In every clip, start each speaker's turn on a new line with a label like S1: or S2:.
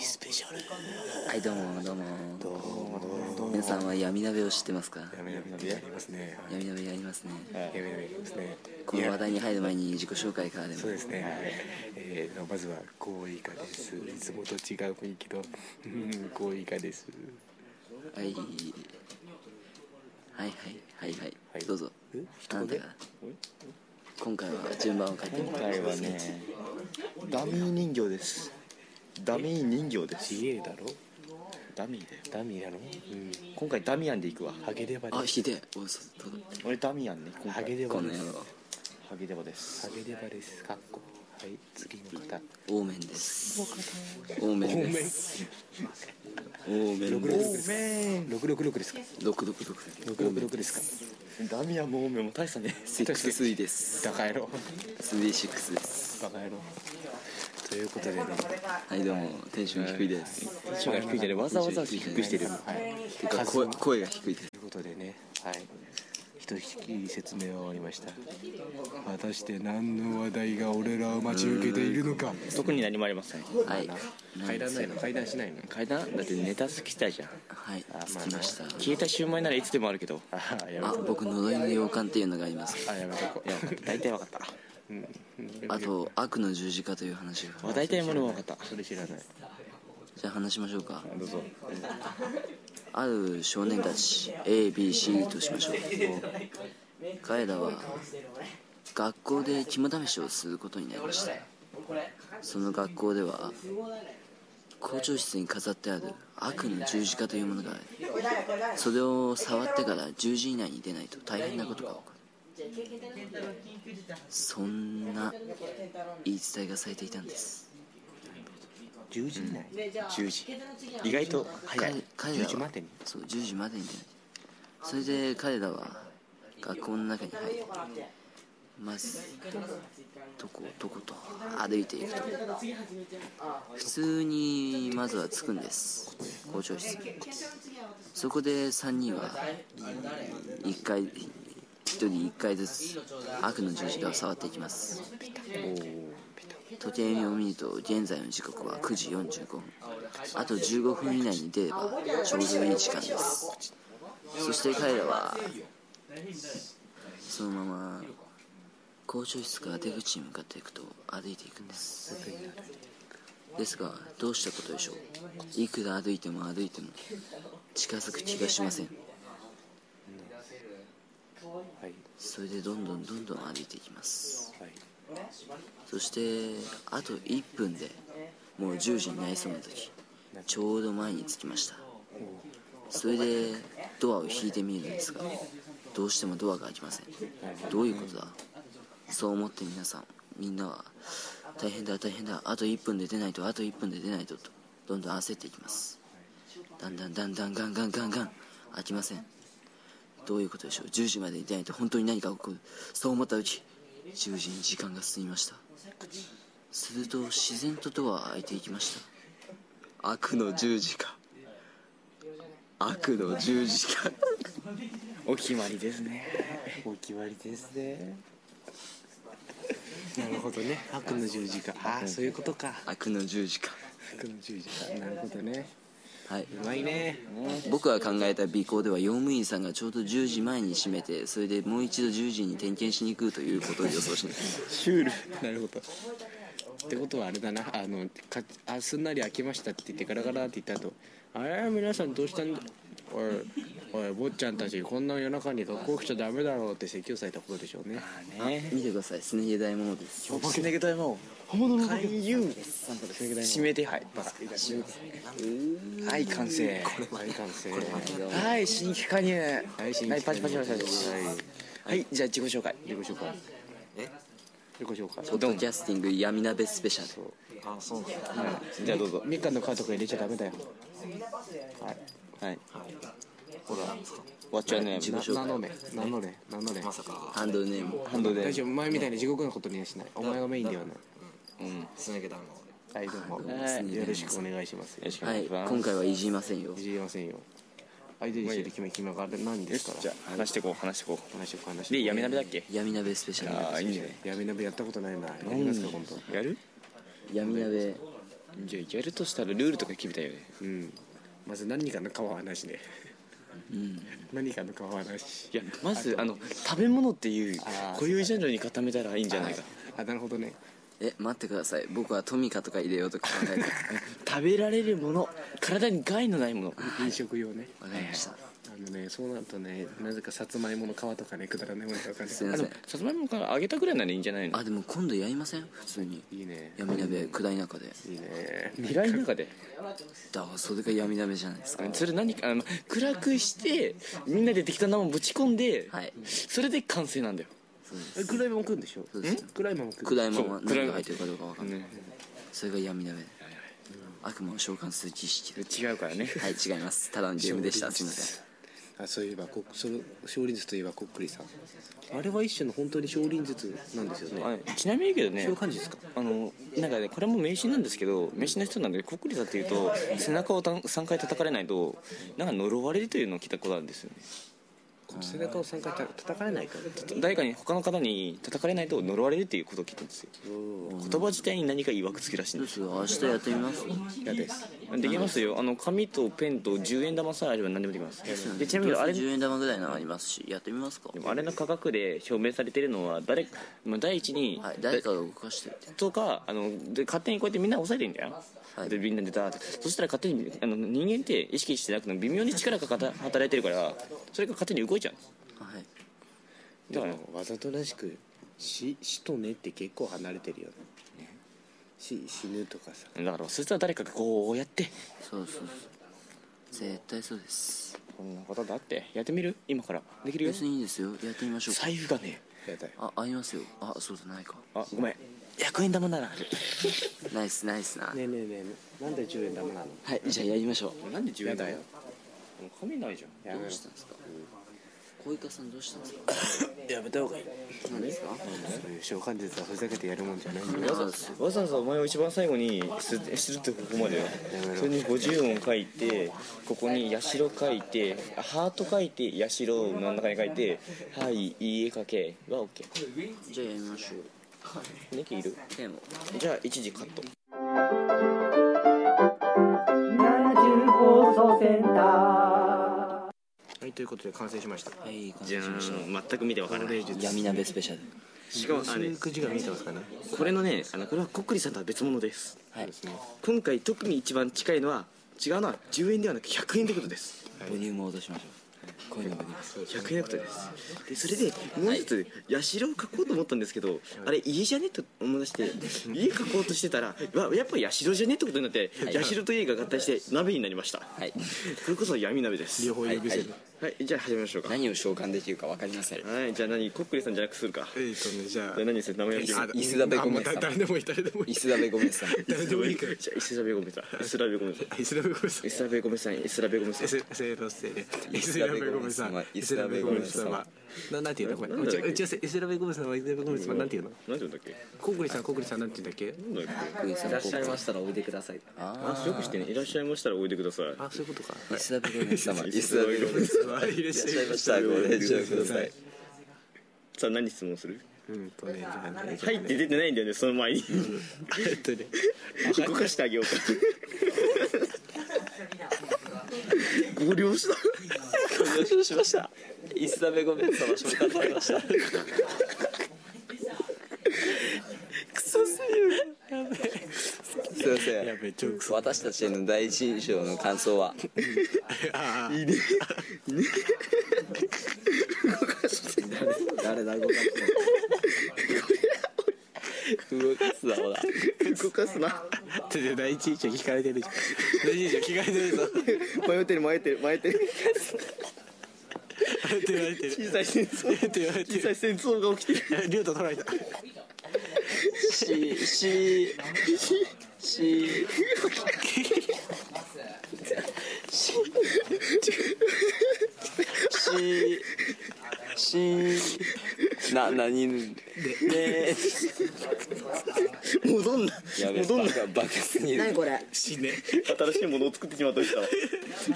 S1: スペシャル
S2: はいどうもどうも
S1: どうもどうもどうも
S2: 皆さんは闇鍋を知ってますか
S1: 闇鍋ってやりますね
S2: 闇鍋やりますね
S1: 闇鍋やりますね
S2: この話
S1: いや
S2: 題に入る前に自己紹介からでも
S1: そうですねはいえーとまずは高以下ですいつもと違う雰囲気のうん高以下です
S2: はいはいはいはいはい、
S1: はい
S2: どうぞ
S1: え
S2: あ
S1: 人
S2: な
S1: が
S2: た
S1: ね
S2: が今回は順番を変えて
S3: 今回はねダミー人形ですダミー人形です
S1: 自衛だろ
S3: ダミーだよ
S1: ダミーだろうん
S3: 今回ダミアンで行くわ
S1: ハゲデバで
S2: あ引
S1: す
S2: きておそうどうだ
S3: 俺ダミアンね今
S1: ハ
S3: 回
S1: ゲデバ
S2: この
S1: で
S2: 野
S1: す
S2: 郎
S3: ハゲデバです
S1: ハゲデバですかっこはい次の方
S2: オーメンですオーメンですオーメン
S1: 六
S2: で
S1: 六
S2: す
S1: 六です六六六ですか
S2: 六六六
S1: 六六六ですか
S3: ダミアンもオウメンも大したね
S2: セックススイです
S1: バカ野郎
S2: スイシックスです
S1: バカ野郎ということでね
S2: はいどうもテンション低いです
S3: テンションが低いじゃないわざわざ低くしてる
S1: はい
S2: てか声声が低いです
S1: ということでねはい一引き説明は終わりました果たして何の話題が俺らを待ち受けているのか
S3: 特に何もありません
S2: はい
S1: 階段ないの階段しないの
S3: 階段だってネタ好きたいじゃん
S2: はい
S1: あまあ
S2: 着きました
S3: 消えたシュウマイならいつでもあるけど
S1: ああやめ
S2: あ
S1: とこ
S2: 僕呪いの洋館っていうのがあります
S1: あやめとこ
S3: いや分かった大体分かった
S1: うん
S2: あと悪の十字架という話が
S3: あ大体ものも分かった
S1: それ知らない
S2: じゃあ話しましょうか
S3: どうぞ
S2: ある少年たち ABC としましょう彼らは学校で肝試しをすることになりましたその学校では校長室に飾ってある悪の十字架というものがあるそれを触ってから10時以内に出ないと大変なことが起こるそんな言い伝えがされていたんです
S1: 10時以内
S3: 10時意外と早い
S2: 彼ら
S1: 10時ま
S2: は
S1: でに
S2: そう10時までに出ないそれで彼らは学校の中に入りまずとことこと歩いていくと普通にまずは着くんです校長室にそこで3人は1回1人1回ずつ悪の十字架を触っていきます時計を見ると現在の時刻は9時45分あと15分以内に出ればちょうどいい時間ですそして彼らはそのまま校長室から出口に向かっていくと歩いていくんですですがどうしたことでしょういくら歩いても歩いても近づく気がしません
S1: はい
S2: それでどんどんどんどん歩いていきます
S1: はい
S2: そしてあと1分でもう10時になりそうな時ちょうど前に着きましたそれでドアを引いてみるんですがどうしてもドアが開きませんどういうことだそう思って皆さんみんなは大変だ大変だあと1分で出ないとあと1分で出ないととどんどん焦っていきますだんだんだんだんガンガンガンガン開きませんどういうことでしょう10時までに出ないと本当に何か起こるそう思った時10時に時間が進みましたすると自然とドアは開いていきました悪の十字架悪の十字架
S3: お決まりですね
S1: お決まりです ねなるほどね悪の十字架ああそういうことか
S2: 悪の十字架
S1: 悪の十字架なるほどね
S2: はいう
S1: まいね
S2: 僕が考えた尾行では用務員さんがちょうど10時前に閉めてそれでもう一度10時に点検しに行くということを予想しない
S1: シュールなるほどってことはあれだなあのかあすんなり開きましたって言ってガラガラって言った後あれ皆さんどうしたんだおいおい坊ちゃんたちこんな夜中に学校来ちゃダメだろうって説教されたことでしょうね
S3: まあね
S2: 見てくださいすね毛大物です
S3: お化け投げ大魔王勧誘指名手配バカはい完成
S1: はい完成
S3: はい新規加入は
S1: はいい新規加入
S3: パチパチパチパチ
S1: はい
S3: はいじゃあ自己紹介
S1: 自己紹介え自己紹介
S2: ポッドキャスティング闇鍋スペシャル
S3: あそうじゃあどうぞ
S1: みかんのカードとか入れちゃダメだよ
S3: はいほらわっちゃんね
S2: 自己紹介
S1: 名乗れ名乗れ名乗れ
S2: ハンドルネーム
S3: ハンドで
S1: 大丈夫前みたいに地獄のことにはしないお前がメインではない
S3: うん
S4: すね毛だもん
S1: はいどうも
S3: はい
S1: よろしくお願いします
S3: よろしくお
S2: は
S3: 願
S2: い
S3: いします
S2: 今回はいじりませんよ
S1: いじりませんよ相手にしてる決め決めがあれ何で
S3: よ
S1: すか
S3: し
S1: ら
S3: じゃあ話してこう話してこ
S1: 話を話し
S3: うで闇鍋だっけ
S2: 闇鍋スペシャル
S3: ああいいね
S1: 闇鍋やったことないなやりますか今度
S3: やる
S2: 闇鍋
S1: じゃあやるとしたらルールとか決めたいよねうんまず何かの顔はなしね
S2: うん
S1: 何かの顔はなしいや
S4: まずあの食べ物っていう
S1: あー
S4: 固有ジャンルに固めたらいいんじゃないか
S1: あなるほどね
S2: え待ってください僕はトミカとか入れようとか考えて
S4: 食べられるもの体に害のないもの
S1: 飲食用ね
S2: わかりました
S1: あのねそうなるとねなぜかさつまいもの皮とかねくだらないものとかね
S2: すいま
S4: あ
S2: せ
S4: の
S2: ん
S4: さつまいもから揚げたぐらいならいいんじゃないの
S2: あでも今度やりません普通に
S1: いいね
S2: 闇鍋暗い中で
S1: いいね
S4: 暗い中で
S2: だからそれが闇鍋じゃないですか
S4: それ何かあの暗くしてみんなで適当なもんぶち込んで、
S2: はい
S4: それで完成なんだよ
S1: え暗いもん食うんでしょ
S2: そうですよ
S1: 暗いもん食う
S2: 暗いもんは
S4: そう暗い
S2: 何が入ってるかどうかわかんない
S4: ね
S2: それが闇鍋悪魔を召喚する儀式で
S4: 違うからね
S2: はい違いますただのゲームで したすいません
S1: あそういえばこその少林術といえばこっくりさんあれは一種の本当に少林術なんですよね
S4: あちなみにだけどね
S1: そういう感じですか
S4: あのなんかねこれも迷信なんですけど迷信の人なんでコックリさんっていうと背中をたん3回叩かれないとなんか呪われるというのを聞いたことあるんですよね
S1: 背中を3回た叩かれないからちょっ
S4: 誰かに他の方に叩かれないと呪われるっていうことを聞いたんですよ
S1: と
S4: 言葉自体に何か曰くつきらしいん
S2: どう
S4: です
S2: る明日やってみます
S1: 嫌です
S4: できますよあの紙とペンと10円玉さえあれば何でもできますでちなみにあれ
S2: 10円玉ぐらいのありますしやってみますか
S4: でもあれの価格で証明されてるのは誰か、まあ、第一に、
S2: はい誰かが動かしてって
S4: とかあので勝手にこうやってみんな押さえてんだよ、
S2: はい
S4: でみんなでダーってそしたら勝手にあの人間って意識してなくても微妙に力がかた働いてるからそれが勝手に動いちゃう
S2: はい
S1: で
S4: だから
S1: もわざとらしく死死とねって結構離れてるよね死死ぬとかさ
S4: だからそしたら誰かがこうやって
S2: そうそうそう絶対そうです
S4: こんなことだってやってみる今からできるよ
S2: 別にいいですよやってみましょう
S4: 財布がね
S1: やだよ
S2: あありますよあそうだないか
S4: あごめん100円玉ならある
S2: ナイスナイスな、
S1: ねえねえねえなんで10円玉なの
S2: はいじゃあやりましょう
S4: なんで10
S1: や
S4: 円
S1: だよ
S4: 紙ないじゃん
S1: やめ
S2: ど
S1: ろ
S2: うしたんですか小池さんどうしたんですか
S4: やめた方がいい
S2: 何ですか
S1: そういう召喚術はふざけてやるもんじゃないよ
S2: そうです
S4: わざわざお前を一番最後にすするってここまでよそれに50音書いてここに「社書いてあハート書いて「社を真ん中に書いて「はい家かけ」は OK
S2: じゃあやりましょう
S4: ネキいる
S2: テーマ
S4: じゃあ一時カット
S1: はいということで完成しました
S2: はい完
S4: じ
S2: 成
S4: ゃ
S2: しました
S4: ん全く見てわからない
S2: 闇鍋スペシャル
S4: しかもあれ
S1: 19時間見てますかね
S4: これのねあのこれはコックリさんとは別物です
S2: はい
S1: ですね
S4: 今回特に一番近いのは違うのは10円ではなく100円ということです
S2: ボリュームを落としましょうこういうのができます
S4: 100円のことですでそれでもう一つ社を書こうと思ったんですけどあれ家じゃねと思い出して家書こうとしてたらわやっぱ社じゃねってことになって社と家が合体して鍋になりました
S2: はい
S4: それこそ闇鍋です
S1: 両方呼び捨てる
S4: はいじゃあ始めましょうか
S2: 何を召喚できるか分かりません
S4: はいじゃあ何コックリさんじゃなくするか
S1: えーとねじゃあ
S4: じゃあ何する名前を決める
S2: 椅子だべごめん
S1: あもうだ誰でもいい誰でもいい
S2: 椅子だべごめんさん
S1: 誰でもいい
S4: じ
S1: か
S4: ゃ
S1: ら
S4: あイスラベゴメさんイスラベゴメさん
S1: イスラムごめん
S4: イスラベゴメさんイスラベゴメさん
S1: イスラムごめんさんイスラムごめんさんはななんて言うのこれ
S4: なんだっけ
S1: 打ち合わせイスラムごめんさんはイスラムごめんさんはなんて言うの
S4: 何て言うんだっけ
S1: コグリさんコグリさんなんて言うんだっけ
S4: なんだっけ
S2: いらっしゃいましたらおいでください
S4: あよくしてねいらっしゃいましたらおいでください
S1: あそういうことか
S2: 椅子だべごめん様椅子だべごめん様
S1: はいいらっし
S2: いらっしゃいましたご連絡ください
S4: さあ何質問する
S1: うんとねじゃあね
S4: はいって出てないんだよねその前に
S1: えっとね
S4: 動かしてあげようかご了承
S2: 了承しました椅子だべごめん様召喚されましたクソすぎるすいません
S1: やべジョーク
S2: 私たちへの第一印象の感想はいいね 誰だ動か して動かすなほら
S4: 動かすな
S1: ってて第一印象聞かれてるじゃん第一印象聞かれてるぞ
S4: 迷ってる迷ってる迷ってる
S1: って言われてる
S4: 小さい戦争
S1: って言われて
S4: 小さ
S1: る
S4: い戦争が起きてる
S1: えリュウト取られた
S2: ししししししな何ねね
S4: 戻んな
S2: やべ
S4: 戻ん
S2: バ
S4: な
S2: カバカすぎる
S1: 死ね
S4: 新しいものを作ってしまった人だ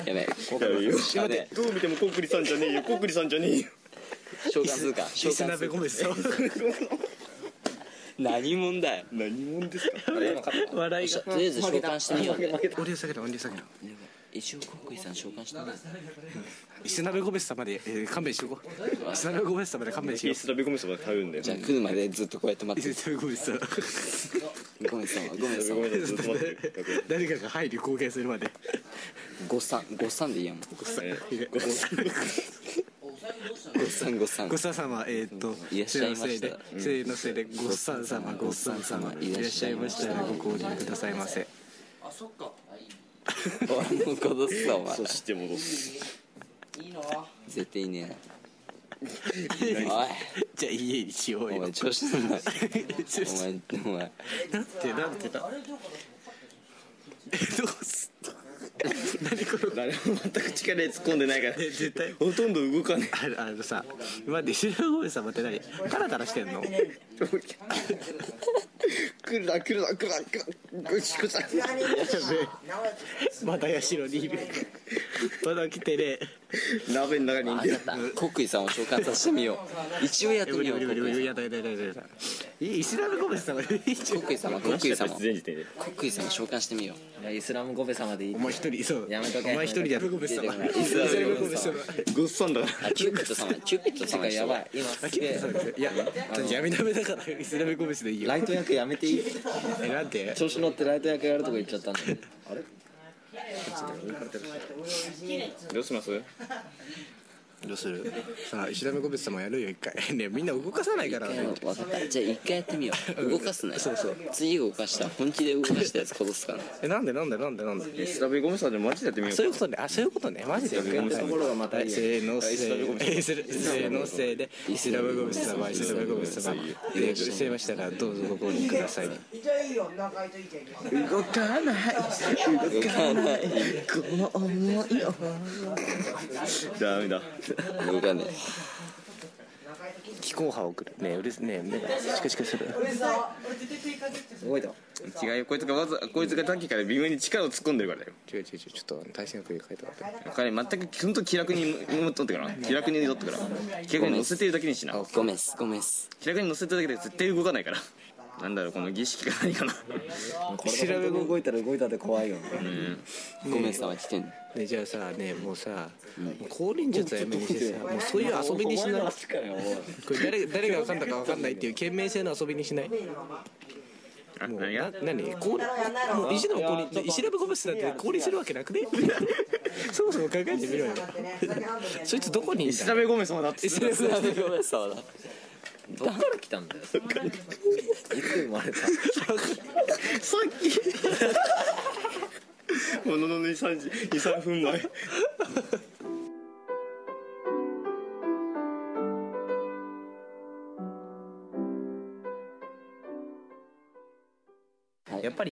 S2: やべ
S4: やべよ
S2: やべ
S4: どう見てもコックリさんじゃね えよコックリさんじゃねえよ
S2: 召喚するか召
S1: イス
S2: 喚
S1: ラ
S2: す
S1: ム
S2: る
S1: ごめんさん
S3: 何者だよ
S4: 何者ですか
S1: 笑い
S2: よっしゃとりあえず召喚してみよう
S1: が音量下げろ音量下げろ
S2: 一応コックイさん召喚してみよう
S1: 石鍋ゴベス様で、えー、勘弁してこう石鍋ゴベス様で勘弁し
S4: イ
S1: よ
S4: ー スラベコメスまで頼るんだよ
S3: じゃあ来るまでずっとこうやって
S1: う
S3: 待って
S1: 石鍋ゴベス 様
S2: ごめんさまごめん
S4: ベ
S2: さ
S4: コ
S2: ま
S4: メスずっと待ってる
S1: 誰かが入り貢献するまで
S3: ごっさんごっさんでいいやん
S1: ごさん
S4: ごさ
S3: ごっさんごっさん
S1: ごさん様えーっと
S2: いらっしゃいました
S1: せのせいでせいのせいでごさん様ごさん様いらっしゃいましたらご購入くださいませ
S3: 俺もこどすぞお前
S4: そして戻す
S3: 絶対いねえな
S1: じゃあ家にしよ
S3: お
S1: う
S3: いお
S1: よ
S3: 前調子すんな
S1: ちょっ
S3: お前お前
S1: となんてなんて なえどうす
S4: 誰も全く力で突っ込んでない から
S1: え絶対
S4: ほとんど動か ない
S1: あのあのさ待って石鍋ゴベス様って何タラタラしてんの
S4: 来るな来るな来るな来るなよしこちゃん
S1: またヤシロにいる まだ来てねえ
S4: 鍋の中にい
S3: あ
S4: て
S3: やったコックイさんを召喚させてみよう一応やって
S1: 無
S3: み
S1: 理
S3: よう
S1: 無
S3: コ
S1: 理無理無
S3: ック
S1: 理
S3: イ
S1: やだやだやだやだい石鍋ゴベス様
S3: コックイ様コックイ様
S4: 全時点で
S3: コックイ様召喚してみよう
S2: いやイスラムゴベ様でいい
S1: お前一人そう
S2: やめとけ
S1: お前一人だろゴベス様石鍋ゴベス様
S4: ごっさんだから
S3: あキューピッド様キューピッド様にし
S2: や
S3: よ
S2: ばい今すげ え
S1: いや、ちょっと闇鍋だから、イスラムゴメスでいいよ
S2: ラ。イト役やめていい
S1: え、なんて。
S2: 調子乗ってライト役やるとこ行っちゃったんだ
S4: どうします
S1: どうする。さあ、イスラムゴメス様やるよ、一回。 ね、みんな動かさないから。
S3: う分かったじゃあ一回やってみよう動かすなよそうそう次動かしたら本気で動かしたやつ殺すから
S1: え、なんで、なんで、なんで、なんで。
S4: イスラベコメスまでマジでやってみよ
S1: そういうことね、あ、そういうことね、マジでやめてください。はいせーの、せーせーの、せーで、イスラムゴメス様、イスラムゴメス様。で、せましたら、どうぞご購入ください。
S4: う動かない
S3: 動かない
S4: この思いをダメだ
S3: 動かない
S1: 気候波を送る。ね、うるせ、ね、ね、チクチクする。
S2: 動いた
S4: 違うよこいつがわざこいつが短期から微妙に力を突っ込んでるからよ
S1: 違う違う違う、ちょっと、対戦学に変えたかった。
S4: 彼全くほんと気楽に持っとってから気楽に乗ってから気楽に乗せてるだけにしな
S3: ごめんっすごめんっす
S4: 気楽に乗せてるだけで絶対動かないからなんだろうこの儀式がないかな
S2: 調べ動いたら動いたで怖いよ
S3: ごめん様来てんの
S1: ね、じゃあさねもうさ、もう降臨術はやめにしてさもうそういう遊びにしない
S2: かよ
S1: これ誰誰が分かんだか分かんないっていう懸命性の遊びにしない
S4: あ
S1: もう
S4: 何
S1: な
S4: が
S1: 何氷もう石の降臨って石ラブゴメスなんて降臨するわけなくね そもそも考えてみろよそいつどこにい
S4: イ
S1: た
S4: スラベゴメ様だっつって
S3: ごめん様だ
S2: どっから来たんだよいつ生まれた
S4: さっきものの23分 前
S1: やっぱり